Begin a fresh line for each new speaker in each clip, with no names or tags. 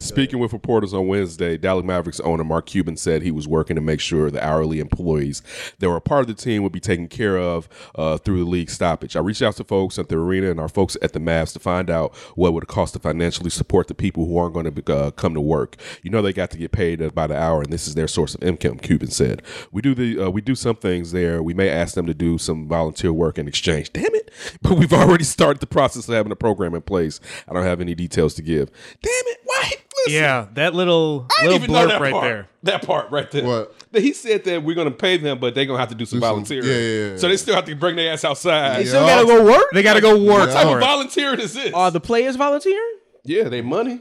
Speaking with reporters on Wednesday, Dallas Mavericks owner Mark Cuban said he was working to make sure the hourly employees that were a part of the team would be taken care of uh, through the league stoppage. I reached out to folks at the arena and our folks at the Mavs to find out what it would cost to financially support the people who aren't going to uh, come to work. You know they got to get paid by the hour, and this is their source of income. Cuban said, "We do the uh, we do some things there. We may ask them to do some volunteer work in exchange. Damn it! But we've already started the process of having a program in place. I don't have any details to give. Damn it! Why? Listen,
Yeah, that little
I
little
didn't even know
blurb
that
right
part.
there.
That part right there.
What?
That He said that we're going to pay them, but they're going to have to do some
some-
volunteering.
yeah, yeah, yeah.
So they still have to bring their ass outside.
Yeah.
What
Still gotta go work.
They got to go work
Yeah.
type
for
of
it.
volunteering is this?
Are Uh, the players volunteering?
yeah, they money.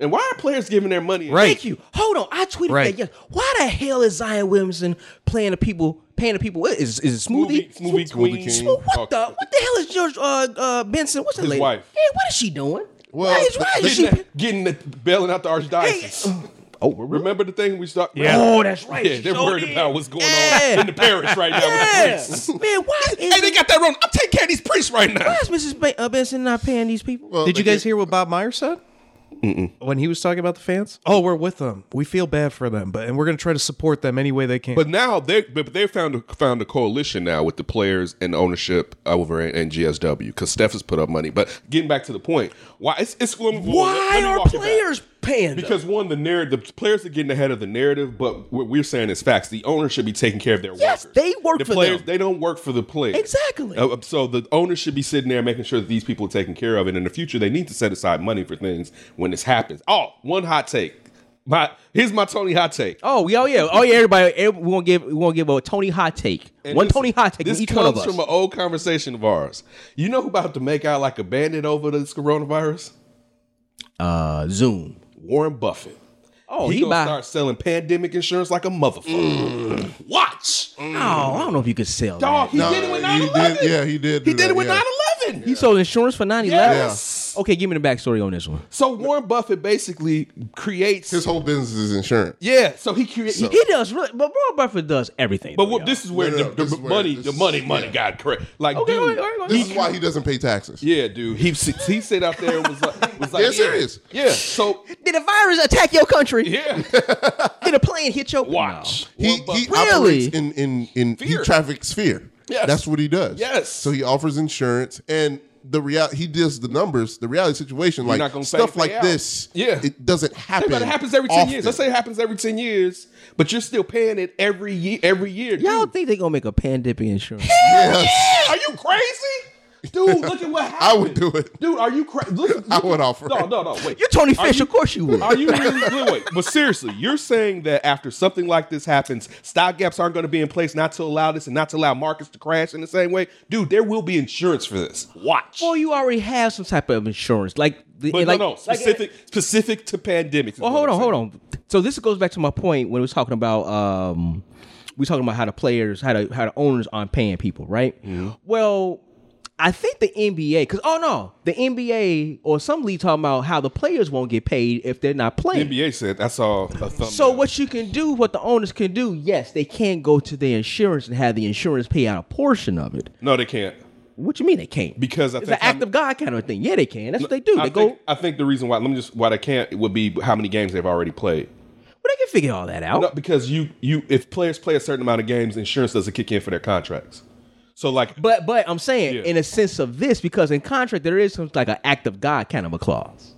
And why are players giving their money?
Right.
Thank you. Hold on, I tweeted
Right.
that. Yes. Why the hell is Zion Williamson playing the people, paying the people? What is is it
Movie,
smoothie?
movie,
Smoothie
queen.
King.
Well, what
Oh,
the what the hell is George uh, uh, Benson? What's his
His
lady?
wife.
Hey, what is she doing?
Well,
why is, why is she?
Getting, that, getting the bailing out the archdiocese. oh, remember the thing we started?
Yeah.
Oh, that's right.
Yeah,
she
they're
showed
worried
it.
about what's going
Yeah.
on in the parish right now
Yeah,
with the priests.
man, why is
Hey, they got that wrong. I'm taking care of these priests right now.
why is Mrs. Ba- uh, Benson not paying these people?
Well,
Did
they
you guys
get-
hear what Bob Meyer said? When he was talking about the fans, oh, we're with them. We feel bad for them, but and we're going to try to support them any way they can.
But now they but they found a, found a coalition now with the players and ownership over in, in GSW because Steph has put up money. But getting back to the point, why it's, it's let me- let
why
me
are
walk it back.
players paying? them?
Because one, the narrative, the players are getting ahead of the narrative, but what we're saying is facts. The owners should be taking care of their
Yes,
workers.
they work
the
for
players.
them.
They don't work for the players.
Exactly.
Uh, so the owners should be sitting there making sure that these people are taken care of, and in the future they need to set aside money for things when this happens. Oh, one hot take. My here's my Tony hot take.
Oh yeah, oh yeah, oh yeah! Everybody, every, we won't give we won't give a Tony hot take.
And
one
this-
Tony hot take.
This
from each
comes
one of us.
from an old conversation of ours. You know who about to make out like a bandit over this coronavirus?
uh, Zoom.
Warren Buffett.
Oh,
he,
he
gonna
buy- Mm.
start selling pandemic insurance like a motherfucker. Watch,
Oh, I don't know if you could sell.
dog.
that.
He
No,
did it with
he
9/11.
did- yeah, he did
He did
do that,
it with
yeah.
9/11.
He sold insurance for 9
Yes.
Okay, give me the backstory on this one.
So Warren Buffett basically creates
His whole business is insurance.
Yeah, so he creates.
He does, really, but Warren Buffett does everything.
But
though,
what,
y'all.
this is where
No, no, no,
the, the
this is where-
money,
this
the
is-
money, money
yeah.
got correct. Like,
Okay,
dude,
all right, all right, all right.
This is why he doesn't pay taxes.
yeah, dude, he s- he said out there and was like, was like,
Yeah,
yeah,
serious.
Yeah, so
did a virus attack your country?
yeah,
Did a plane hit your
watch.
He,
Warren
he
Buffett-
Really?
operates in in in he
Fear.
traffics fear.
Yes.
that's what he does.
Yes.
So he offers insurance and the real he does the numbers, the reality situation, like
not gonna pay
stuff
for
like
the out.
this.
Yeah.
it doesn't
Think
happen.
about it, it happens every ten years.
often.
Let's say it happens every ten years, but you're still paying it every year. Every year,
No. Y'all
dude.
think they gonna make a pandemic insurance?
yes,
Are you crazy, dude? Look at what happened.
I would do it.
dude. Are you crazy?
I would offer
No,
it.
no, no. Wait,
You're Tony
Are
Fish, of course you would.
Are you really? Wait, wait. But seriously, you're saying that after something like this happens, stop gaps aren't going to be in place not to allow this and not to allow markets to crash in the same way? Dude, there will be insurance for this. Watch.
Well, you already have some type of insurance, like the-
but
like,
no, no.
like-
Specific, specific to pandemics.
Well, hold on, hold on. So this goes back to my point when we was talking about um, we was talking about how the players, how the how the owners aren't paying people, right?
Mm-hmm.
Well, I think the NBA, because oh no, the NBA or some league talking about how the players won't get paid if they're not playing.
NBA said that's all.
So what you can do, what the owners can do, yes, they can go to their insurance and have the insurance pay out a portion of it.
No, they can't.
What you mean they can't?
Because I
it's
think
an act
I'm-
of God kind of thing. Yeah, they can. That's what they do.
I think,
they go.
I think the reason why let me just why they can't would be how many games they've already played.
Well, they can figure all that out.
No, because you you if players play a certain amount of games, insurance doesn't kick in for their contracts. So like
But but I'm saying
Yeah.
in a sense of this because in contract there is some like an act of God kind of a clause.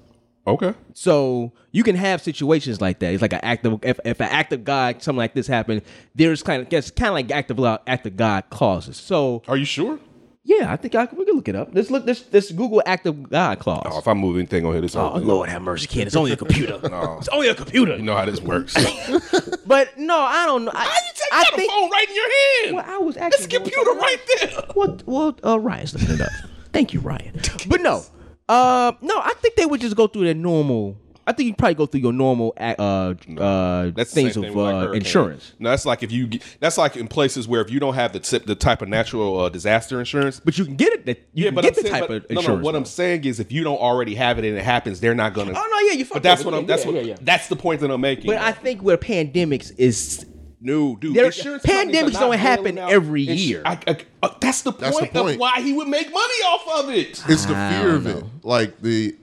okay,
So you can have situations like that. It's like an act of if, if an act of God something like this happened, there's kind of it's kind of like act of law- act of God clauses. So
are you sure?
yeah, I think I, we can look it up. Let's look this this Google act of God clause.
Oh,
Oh,
if I move anything on here, this whole thing.
Lord have mercy, kid. It's only a computer. It's only a computer.
You know how this works.
But no, I don't know. I,
How you take
I
out a phone right in your hand?
Well, I was
It's
actually
a computer right there.
Well, well, uh, Ryan's looking it up. Thank you, Ryan. But no, uh, no, I think they would just go through their normal. I think you probably go through your normal uh, uh,
That's the
things
same
of
thing with, like,
uh,
hurricanes.
insurance.
No, that's like if you. Get, that's like in places where if you don't have the tip, the type of natural uh, disaster insurance.
But you can get it. That you
yeah,
can
but
get
I'm
the
saying,
type
but-
of
no,
insurance.
no. What I'm saying is, if you don't already have it and it happens, they're not gonna.
Oh, no, yeah, you
But
fucked
that's
up.
what I'm.
Yeah,
That's
yeah,
what.
yeah, yeah.
That's the point that I'm making.
but I think where pandemics is
No, dude.
There-
insurance companies
pandemics
are not
don't happen
bailing out
every
ins-
year.
I, I, uh, that's the
That's the
point, of
point.
why he would make money off of it.
it's the
I
fear
don't
of it. Like the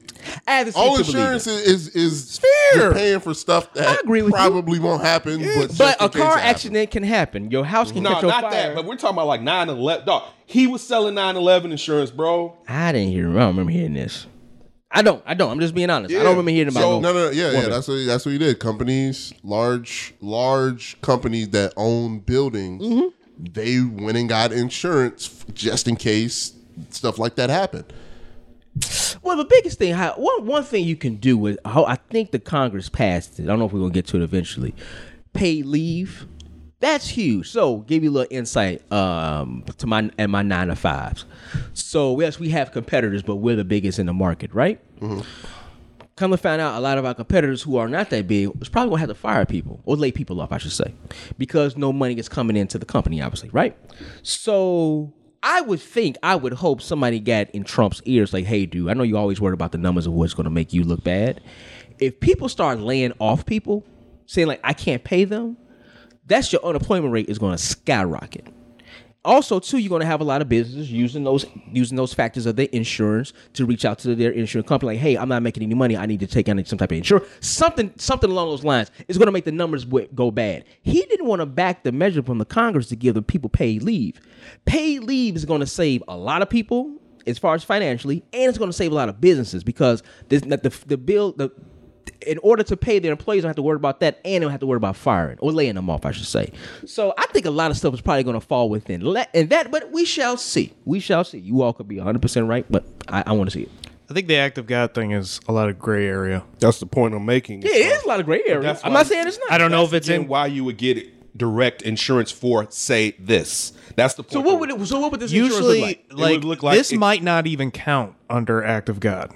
I have to see
all
to believe
insurance
it.
is is, is
fear.
You're paying for stuff that
agree with you.
probably won't happen, but, just
But
in
a
case
car
it happens.
accident can happen. Your house can
No,
catch on
not
fire.
that. But we're talking about like 9-11. Dog, he was selling 9-11 insurance, bro.
I didn't hear. I don't remember hearing this. I don't. I don't. I'm just being honest. I don't remember hearing about.
So,
no-
no, no, no, yeah, yeah.
woman.
That's what that's what he did. Companies, large, large companies that own buildings, they went and got insurance f- just in case stuff like that happened.
Well, the biggest thing, how, one one thing you can do with how I think the Congress passed it. I don't know if we're gonna get to it eventually. Paid leave, that's huge. So, give you a little insight um, to my and my nine to fives. So, yes, we have competitors, but we're the biggest in the market, right? Come to find out, a lot of our competitors who are not that big is probably gonna have to fire people or lay people off, I should say, because no money is coming into the company, obviously, right? So I would think, I would hope somebody got in Trump's ears, like, hey, dude, I know you always worried about the numbers of what's gonna make you look bad. If people start laying off people, saying like, I can't pay them, that's your unemployment rate is gonna skyrocket also too you're going to have a lot of businesses using those using those factors of their insurance to reach out to their insurance company like hey i'm not making any money i need to take on some type of insurance something something along those lines is going to make the numbers w- go bad he didn't want to back the measure from the congress to give the people paid leave paid leave is going to save a lot of people as far as financially and it's going to save a lot of businesses because this, that the, the bill the in order to pay their employees, don't have to worry about that, and they don't have to worry about firing or laying them off, I should say. So I think a lot of stuff is probably going to fall within le- and that, but we shall see. We shall see. You all could be 100 percent right, but I, I want to see it.
I think the act of God thing is a lot of gray area.
That's the point I'm making.
Yeah, it is a lot of gray area.
That's
I'm
why-
not saying it's not.
I don't know if it's
Then
in.
why you would get direct insurance for say this? That's the point.
So what would it, so what would this
Usually,
insurance look like?
It
like,
would look like
this
it- Hmm.
might not even count under act of God.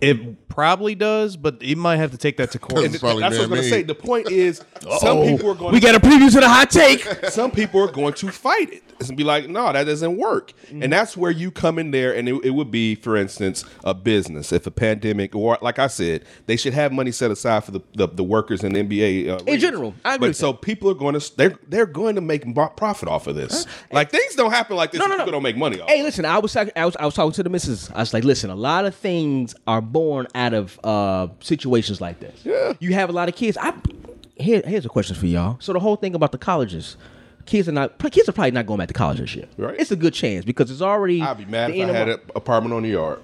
It probably does, but it might have to take that to court.
It's probably
That's what I was gonna
man-made.
say. The point is, some people are going.
We got a preview to the hot take.
some people are going to fight it and be like, no, that doesn't work.
Mm-hmm.
And that's where you come in there, and it, it would be, for instance, a business. If a pandemic, or like I said, they should have money set aside for the, the, the workers in the NBA. Uh, leagues.
general, I agree
But
with
so people are going to they're they're going to make bo- profit off of this. Like things don't happen like this.
No,
if
no, no.
People don't make money off.
Hey, listen, I was, talk- I was I was talking to the missus. I was like, listen, a lot of things are born out of uh, situations like this. Yeah. You have a lot of kids. I here, here's a question for y'all. So the whole thing about the colleges. Kids are not. pro- Kids are probably not going back to college this year.
Right.
It's a good chance because it's already.
I'd be mad if
the end
I
of
had
Mar-
an apartment on the yard.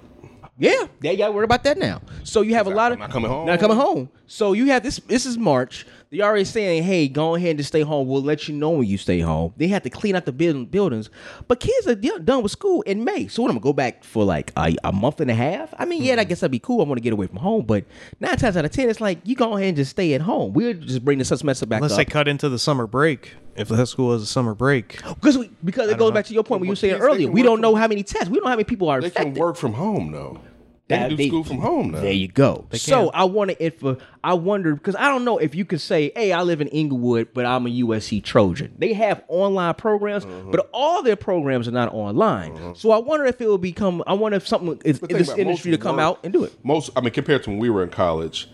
yeah, yeah, you gotta worry about that now. So you have a lot of
not coming home.
Not coming home. So you have this. This is March. They're already saying, "Hey, go ahead and stay home. We'll let you know when you stay home." They have to clean out the build- buildings, but kids are done done with school in May. So what, I'm gonna go back for like a, a month and a half. I mean,
Mm-hmm.
yeah, I guess that'd be cool. I want to get away from home, but nine times out of ten, it's like you go ahead and just stay at home. We'll just bring the semester back
Unless they
up
cut into the summer break, if that school has a summer break.
because we, because it goes back to your point when you were saying
kids, they
earlier.
can
We
work
don't
from-
know how many tests. We don't know how many people are
They
affected.
can work from home though. They
That-
can do
they-
school from home now.
There you go. So I want to if uh, I wonder because I don't know if you could say, "Hey, I live in Inglewood, but I'm a USC Trojan." They have online programs,
Mm-hmm.
but all their programs are not online. So I wonder if it will become. I wonder if something is
But
in
think
this
about it, most
industry to come
work-
out and do it.
Most, I mean, compared to when we were in college,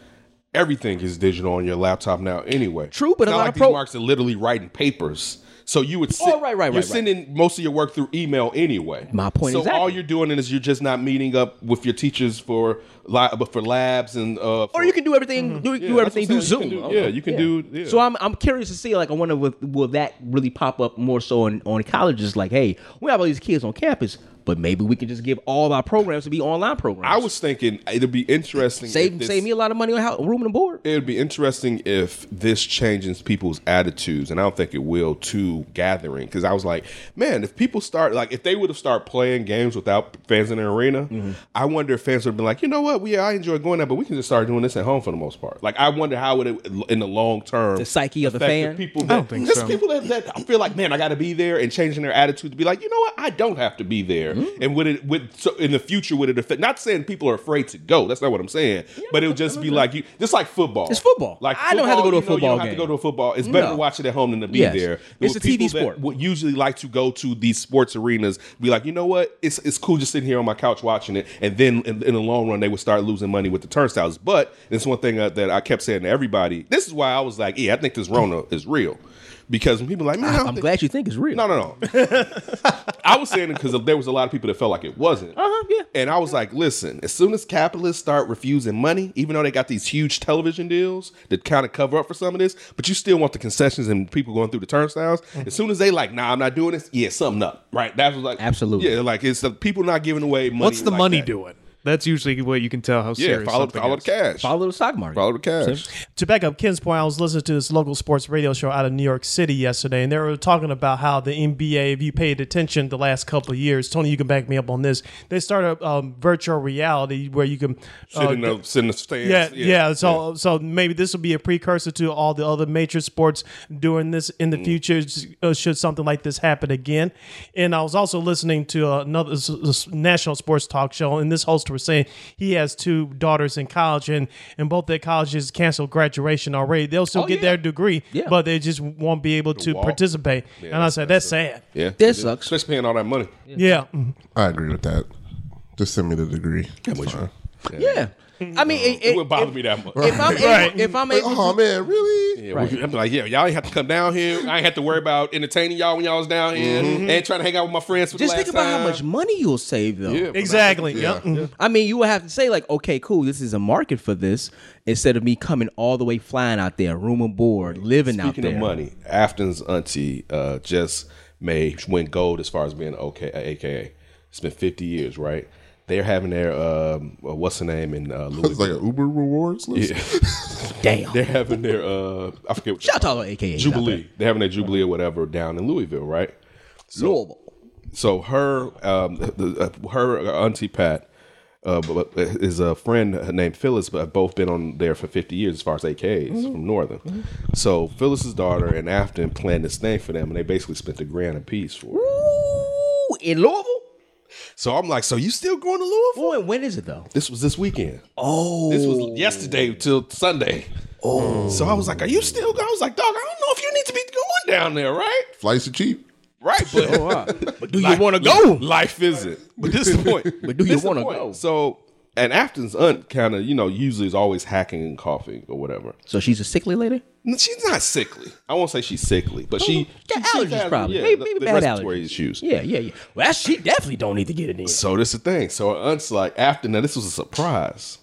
everything is digital on your laptop now. Anyway,
True, but
It's
a
not
lot
like
of pro-
these marks are literally writing papers. So you would, sit,
Oh, right, right,
you're
right,
sending most of your work through email anyway.
My point
So
exactly.
all you're doing is you're just not meeting up with your teachers for li- but for labs and uh,
Or
for-
you can do everything. Do, do
that's
everything.
what I'm
Do Zoom.
saying. You can do- yeah, you can do- yeah.
So I'm, I'm curious to see. Like, I wonder if, will that really pop up more so on, on colleges? Like, hey, we have all these kids on campus, but maybe we can just give all our programs to be online programs.
I was thinking it'd be interesting. if
save
this-
save me a lot of money on how, room and board.
It would be interesting if this changes people's attitudes, and I don't think it will to gathering. Because I was like, man, if people start like if they would have started playing games without fans in the arena,
Mm-hmm.
I wonder if fans would have been like, you know what, we I enjoy going there, but we can just start doing this at home for the most part. Like I wonder how would it in the long term
The psyche of the
affect
fan?
people. That,
don't think
just
so.
people that, that feel like, man, I got to be there, and changing their attitude to be like, you know what, I don't have to be there.
Mm-hmm.
And would it would so in the future would it affect? Not saying people are afraid to go. That's not what I'm saying. but it would just be like you, just like football.
It's football.
Like
I don't have to go to
you know
a
You
football
don't have to
game.
go to a football. It's better
No.
to watch it at home than to be
Yes.
there.
It's a
With
TV
people that
sport.
Would usually like to go to these sports arenas. Be like, you know what? It's it's cool just sitting here on my couch watching it. And then in, in the long run, they would start losing money with the turnstiles. But it's one thing uh, that I kept saying to everybody. This is why I was like, yeah, I think this Rona is real. Because when people are like, man, I don't
I'm
think-
glad you think it's real.
no, no, no. I was saying it because there was a lot of people that felt like it wasn't.
Uh-huh, yeah.
And I was like, listen, as soon as capitalists start refusing money, even though they got these huge television deals that kind of cover up for some of this, but you still want the concessions and people going through the turnstiles.
Mm-hmm.
As soon as they like, nah, I'm not doing this, yeah, something up. Right. That was like
Absolutely.
Yeah, like it's the people not giving away money.
What's the
like
money
that.
doing? That's usually what you can tell how
Yeah,
serious
follow,
something
follow
is.
the cash. Follow,
Follow the stock market.
the cash.
to back up Ken's point, I was listening to this local sports radio show out of New York City yesterday, and they were talking about how the NBA, if you paid attention the last couple of years, Tony, you can back me up on this. They started um, virtual reality where you can
Sit,
Oh,
uh,
in the, sit in the stands.
yeah, yeah, So, so maybe this will be a precursor to all the other major sports doing this in the future. s- uh, Should something like this happen again? And I was also listening to another s- s- national sports talk show, and this host was saying he has two daughters in college, and and both their colleges canceled graduation already. They'll still
Oh,
get
yeah.
their degree,
Yeah.
but they just won't be able to
walk.
participate. and I said that's, sad.
Yeah.
That sucks.
Especially paying all that money.
Yeah. Mhm.
I agree with that. Just send me the degree. It's fine.
Yeah. I mean, it,
It
it-
wouldn't bother me that much.
if I'm able, if I'm
Like,
able
uh,
oh man, really?
Yeah, well, I'm like, yeah, y'all ain't have to come down here. I ain't have to worry about entertaining y'all when y'all was down here and trying to hang out with my friends. For
Just
the
think
last
about how
time.
much money you'll save, though.
Yeah, but
Exactly.
yeah.
Yep. Mhm.
I mean, you would have to say like, okay, cool, this is a market for this, instead of me coming all the way flying out there, room and board, living out
Speaking
there.
of money, Afton's auntie uh, just may went gold as far as being okay, uh, AKA. It's been 50 years, right? They're having their um, uh, what's the name in uh,
It's like
Louisville.
an Uber rewards list.
Damn.
They're having their uh, I forget what
Shout out to AKA.
Jubilee. They're having their Jubilee or whatever down in Louisville, right?
Louisville.
so her um the, uh, her auntie Pat uh, b- b- is a friend named Phyllis, but have both been on there for 50 years as far as AKs from Northern. So Phyllis's daughter and Afton planned this thing for them, and they basically spent a grand apiece for it.
Ooh, in Louisville.
So I'm like, so you still going to Louisville?
Boy, when is it though?
This was this weekend. Oh, this was yesterday till Sunday. Oh, so I was like, are you still? going? I was like, dog, I don't know if you need to be going down there, right?
Flights are cheap.
Right, but,
But do you want to go?
Life isn't. But this is the point.
But do you
This the
wanna
point.
go?
So, and Afton's aunt kind of, you know, usually is always hacking and coughing or whatever.
So she's a sickly lady.
No, She's not sickly. I won't say she's sickly, but she
Got
she- she
Oh, allergies
has,
probably.
yeah,
maybe
the-
maybe
the
bad
respiratory
allergies.
issues.
Yeah, yeah, yeah. Well, that, she definitely don't need to get it in.
So this is the thing. So her aunt's like, Afton. Now this was a surprise.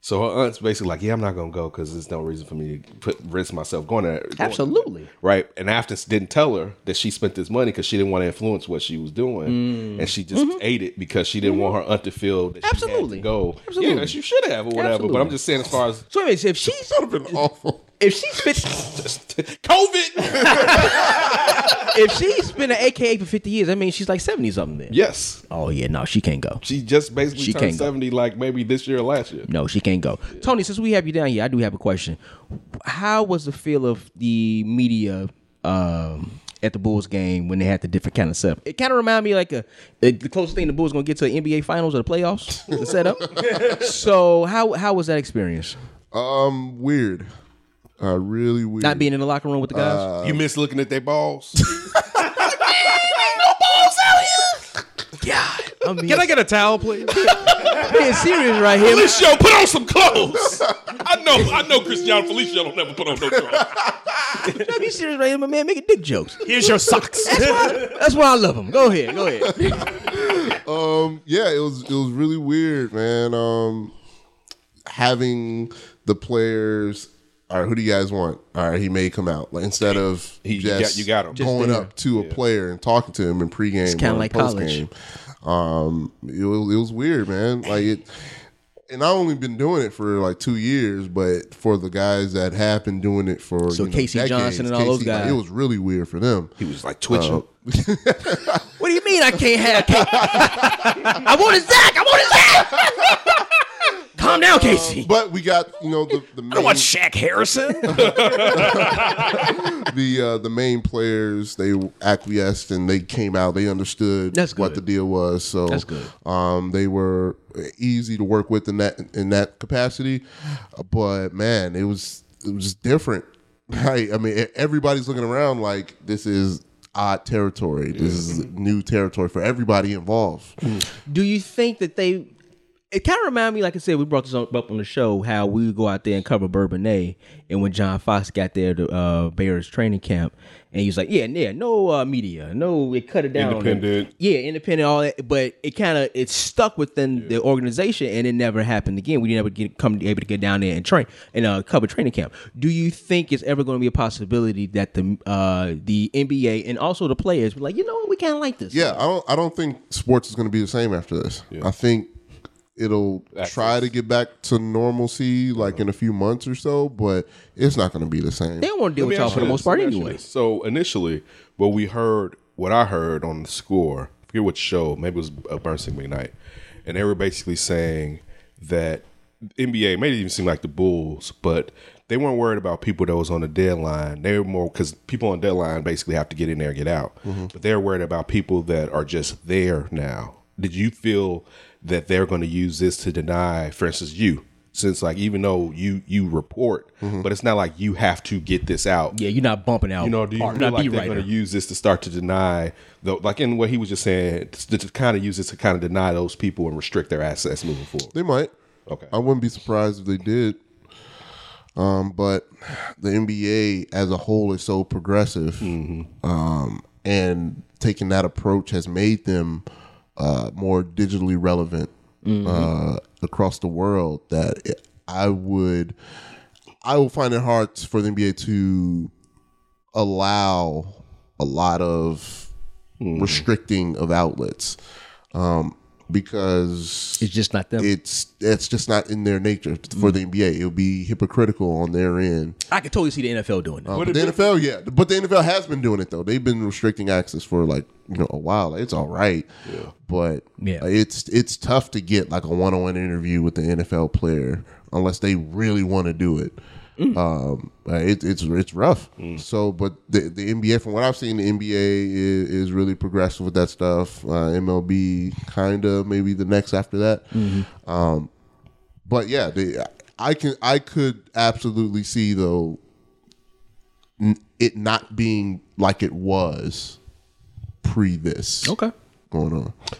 So her aunt's basically like, yeah, I'm not gonna go because there's no reason for me to put risk myself going there. going there.
Absolutely.
Right. And Afton didn't tell her that she spent this money because she didn't want to influence what she was doing.
Mm.
And she just ate it because she didn't want her aunt to feel that she had
Mm-hmm. Absolutely.
to go.
Absolutely.
Yeah, she should have or whatever. But I'm
Absolutely.
just saying as far as
So anyways, if she's
Awful.
if she's fit,
COVID.
if she's been an AKA for fifty years, I mean she's like seventy something then.
yes.
Oh yeah, no, she can't go.
She just basically
She
turned
can't go.
70 like maybe this year or last year.
No, she can't go. Tony, since we have you down here, I do have a question. How was the feel of the media um, at the Bulls game when they had the different kind of setup? It kind of reminded me like a, it- the closest thing the Bulls gonna get to the NBA Finals or the playoffs, the setup. so how how was that experience?
Um, weird. Uh, really weird.
Not being in the locker room with the guys.
you miss looking at their balls.
God, I'm being,
Can I get a towel, please?
being serious right here.
Felicio, put on some clothes. I know, I know Cristiano Felicio don't never put on no clothes.
I'm being serious right here, my man. Making dick jokes.
Here's your socks.
That's why I love him. Go ahead, go ahead.
um yeah it was it was really weird man um having the players all right who do you guys want all right he may come out like instead of
He- you
just
got- you got him. Just
going
there.
up to a player and talking to him in pregame it's
kinda like college.
um it was, it was weird man like it and I've only been doing it for like two years, but for the guys that have been doing it for
So
you know,
Casey
decades,
Johnson and all those
Casey, like,
guys.
it was really weird for them.
He was like twitching.
Uh, What do you mean I can't have? Cake? I want it, Zach. I want it, Zach. Calm down, Casey.
But we got you know the the main,
Shaq Harrison?
the uh, the main players they acquiesced and they came out. They understood
That's
what
good.
the deal was. So
That's good.
Um, they were easy to work with in that in that capacity, but man, it was it was different. Right? I mean, e- everybody's looking around like this is odd
Mm-hmm.
territory. This is new territory for everybody involved.
Do you think that they? it kind of reminded me, like I said, we brought this on- up on the show how we would go out there and cover Bourbonnais, and when John Fox got there to uh, Bears training camp, and he was like, "Yeah, yeah, no uh, media, no, it cut it down, on it."
Independent.
yeah, independent, all that." But it kind of it stuck within the organization, and it never happened again. We never get come able to get down there and train and uh, cover training camp. Do you think it's ever going to be a possibility that the uh, the NBA and also the players were like, you know what, we kind of like this?
Yeah, I don't. I don't think sports is going to be the same after this. I think it'll try to get back to normalcy, like in a few months or so, but it's not going to be the same.
they don't want to deal
Let me
with y'all
ask
for
you
the
this.
most part
Let me ask you
anyway.
this. So initially, what we heard, what I heard on the score, I forget what show, maybe it was uh, Bernstein McKnight, and they were basically saying that NBA made it even seem like the Bulls, but they weren't worried about people that was on the deadline. They were more because people on deadline basically have to get in there and get out, but they're worried about people that are just there now. Did you feel that they're going to use this to deny, for instance, you? Since like even though you you report, but it's not like you have to get this out.
Yeah, you're not bumping out.
You know, do you
art.
feel
Not
like
be
they're going
writer.
to use this to start to deny, the, like in what he was just saying, to, to kind of use this to kind of deny those people and restrict their access moving forward?
They might.
Okay.
I wouldn't be surprised if they did. Um, but the NBA as a whole is so progressive, um, and taking that approach has made them uh, more digitally relevant uh, across the world. That it, I would, I will find it hard for the NBA to allow a lot of restricting of outlets um, because
It's just not them.
it's it's just not in their nature for the NBA. It'll be hypocritical on their end.
I could totally see the NFL doing that.
Um, but the NFL, yeah, but the NFL has been doing it though. They've been restricting access for like you know a while. Like, it's all right, but
Yeah.
like, it's it's tough to get like a one on one interview with the NFL player unless they really want to do it. Um, uh, it, it's it's rough. So, but the the NBA, from what I've seen, the NBA is, is really progressive with that stuff. Uh, MLB, kind of maybe the next after that. Um, but yeah, they, I can I could absolutely see though n- it not being like it was pre this
Okay.
going on.